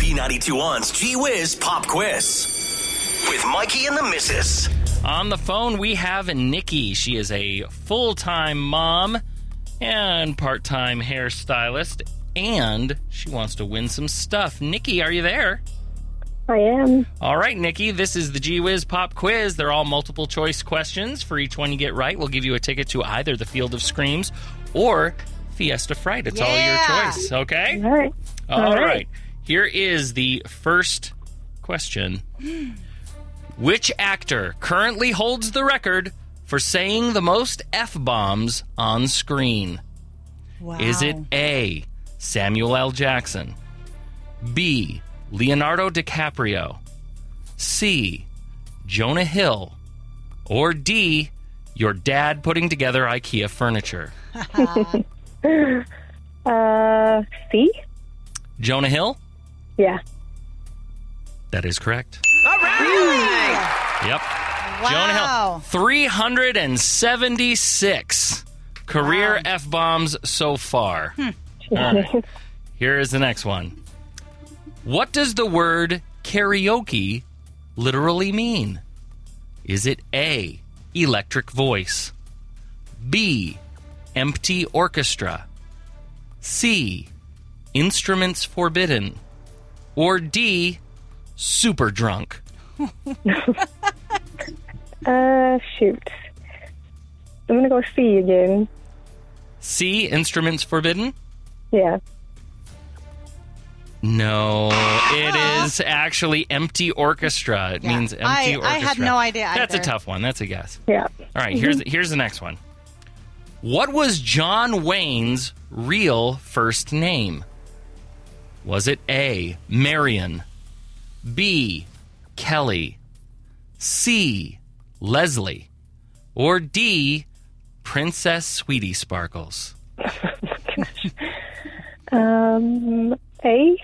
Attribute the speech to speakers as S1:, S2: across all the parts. S1: B92.1's Gee Whiz Pop Quiz with Mikey and the Missus.
S2: On the phone, we have Nikki. She is a full time mom and part time hairstylist, and she wants to win some stuff. Nikki, are you there?
S3: I am.
S2: All right, Nikki, this is the G Wiz Pop Quiz. They're all multiple choice questions. For each one you get right, we'll give you a ticket to either the Field of Screams or Fiesta Fright. It's all
S4: Yeah.
S2: your choice, okay?
S3: All right.
S2: All right.
S3: right.
S2: Here is the first question. Which actor currently holds the record for saying the most F bombs on screen?
S4: Wow.
S2: Is it A, Samuel L. Jackson? B, Leonardo DiCaprio? C, Jonah Hill? Or D, your dad putting together IKEA furniture?
S3: Uh, C?
S2: Jonah Hill?
S3: Yeah.
S2: That is correct. Yep. Jonah Hill.
S4: Wow.
S2: 376 career F bombs so far. All right. Here is the next one. What does the word karaoke literally mean? Is it A, electric voice? B, empty orchestra? C, instruments forbidden? Or D, super drunk?
S3: Uh, shoot. I'm gonna go C again.
S2: C, instruments forbidden?
S3: Yeah.
S2: No, it is actually empty orchestra. It
S4: Yeah.
S2: means empty
S4: I-
S2: orchestra.
S4: I had no idea
S2: That's a
S4: either. Mm-hmm.
S2: tough one. That's a guess.
S3: Yeah.
S2: All right, here's here's the next one. What was John Wayne's real first name? Was it A. Marion, B. Kelly, C. Leslie, or D. Princess Sweetie Sparkles?
S3: Um, A?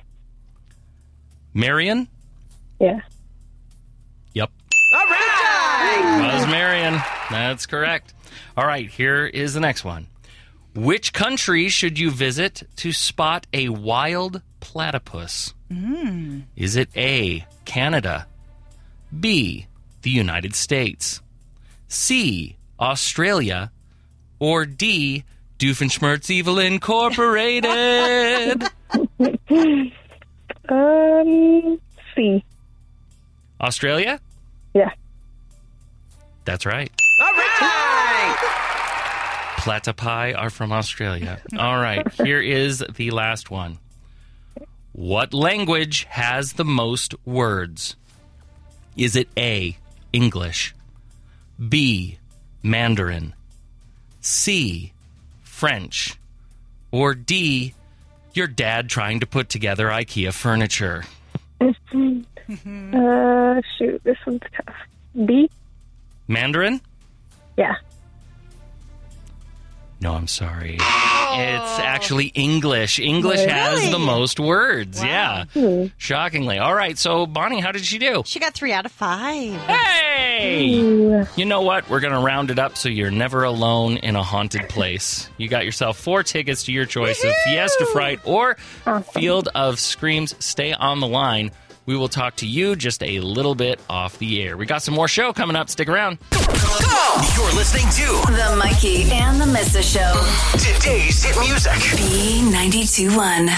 S2: Marion.
S3: Yeah.
S2: Yep. Was Marion. That's correct. All right, here is the next one. Which country should you visit to spot a wild platypus? Is it A, Canada? B, the United States? C, Australia? Or D, Doofenshmirtz Evil Incorporated?
S3: Um, C.
S2: Australia?
S3: Yeah.
S2: That's right. All right. Platypi are from Australia. All right. Here is the last one. What language has the most words? Is it A, English? B, Mandarin? C, French? Or D, your dad trying to put together IKEA furniture?
S3: Uh, shoot. This one's tough. B?
S2: Mandarin?
S3: Yeah.
S2: No, I'm sorry. It's actually English. English has
S4: Really?
S2: the most words. Yeah. Shockingly. All right. So, Bonnie, how did she do?
S4: She got three out of five.
S2: Hey!
S3: Ooh.
S2: You know what? We're going to round it up so you're never alone in a haunted place. You got yourself four tickets to your choice of Fiesta Fright or Field of Screams. Stay on the line. We will talk to you just a little bit off the air. We got some more show coming up. Stick around.
S1: You're listening to
S5: The Mikey and the Mrs. Show. E
S1: Today's Hit Music.
S5: B92 1.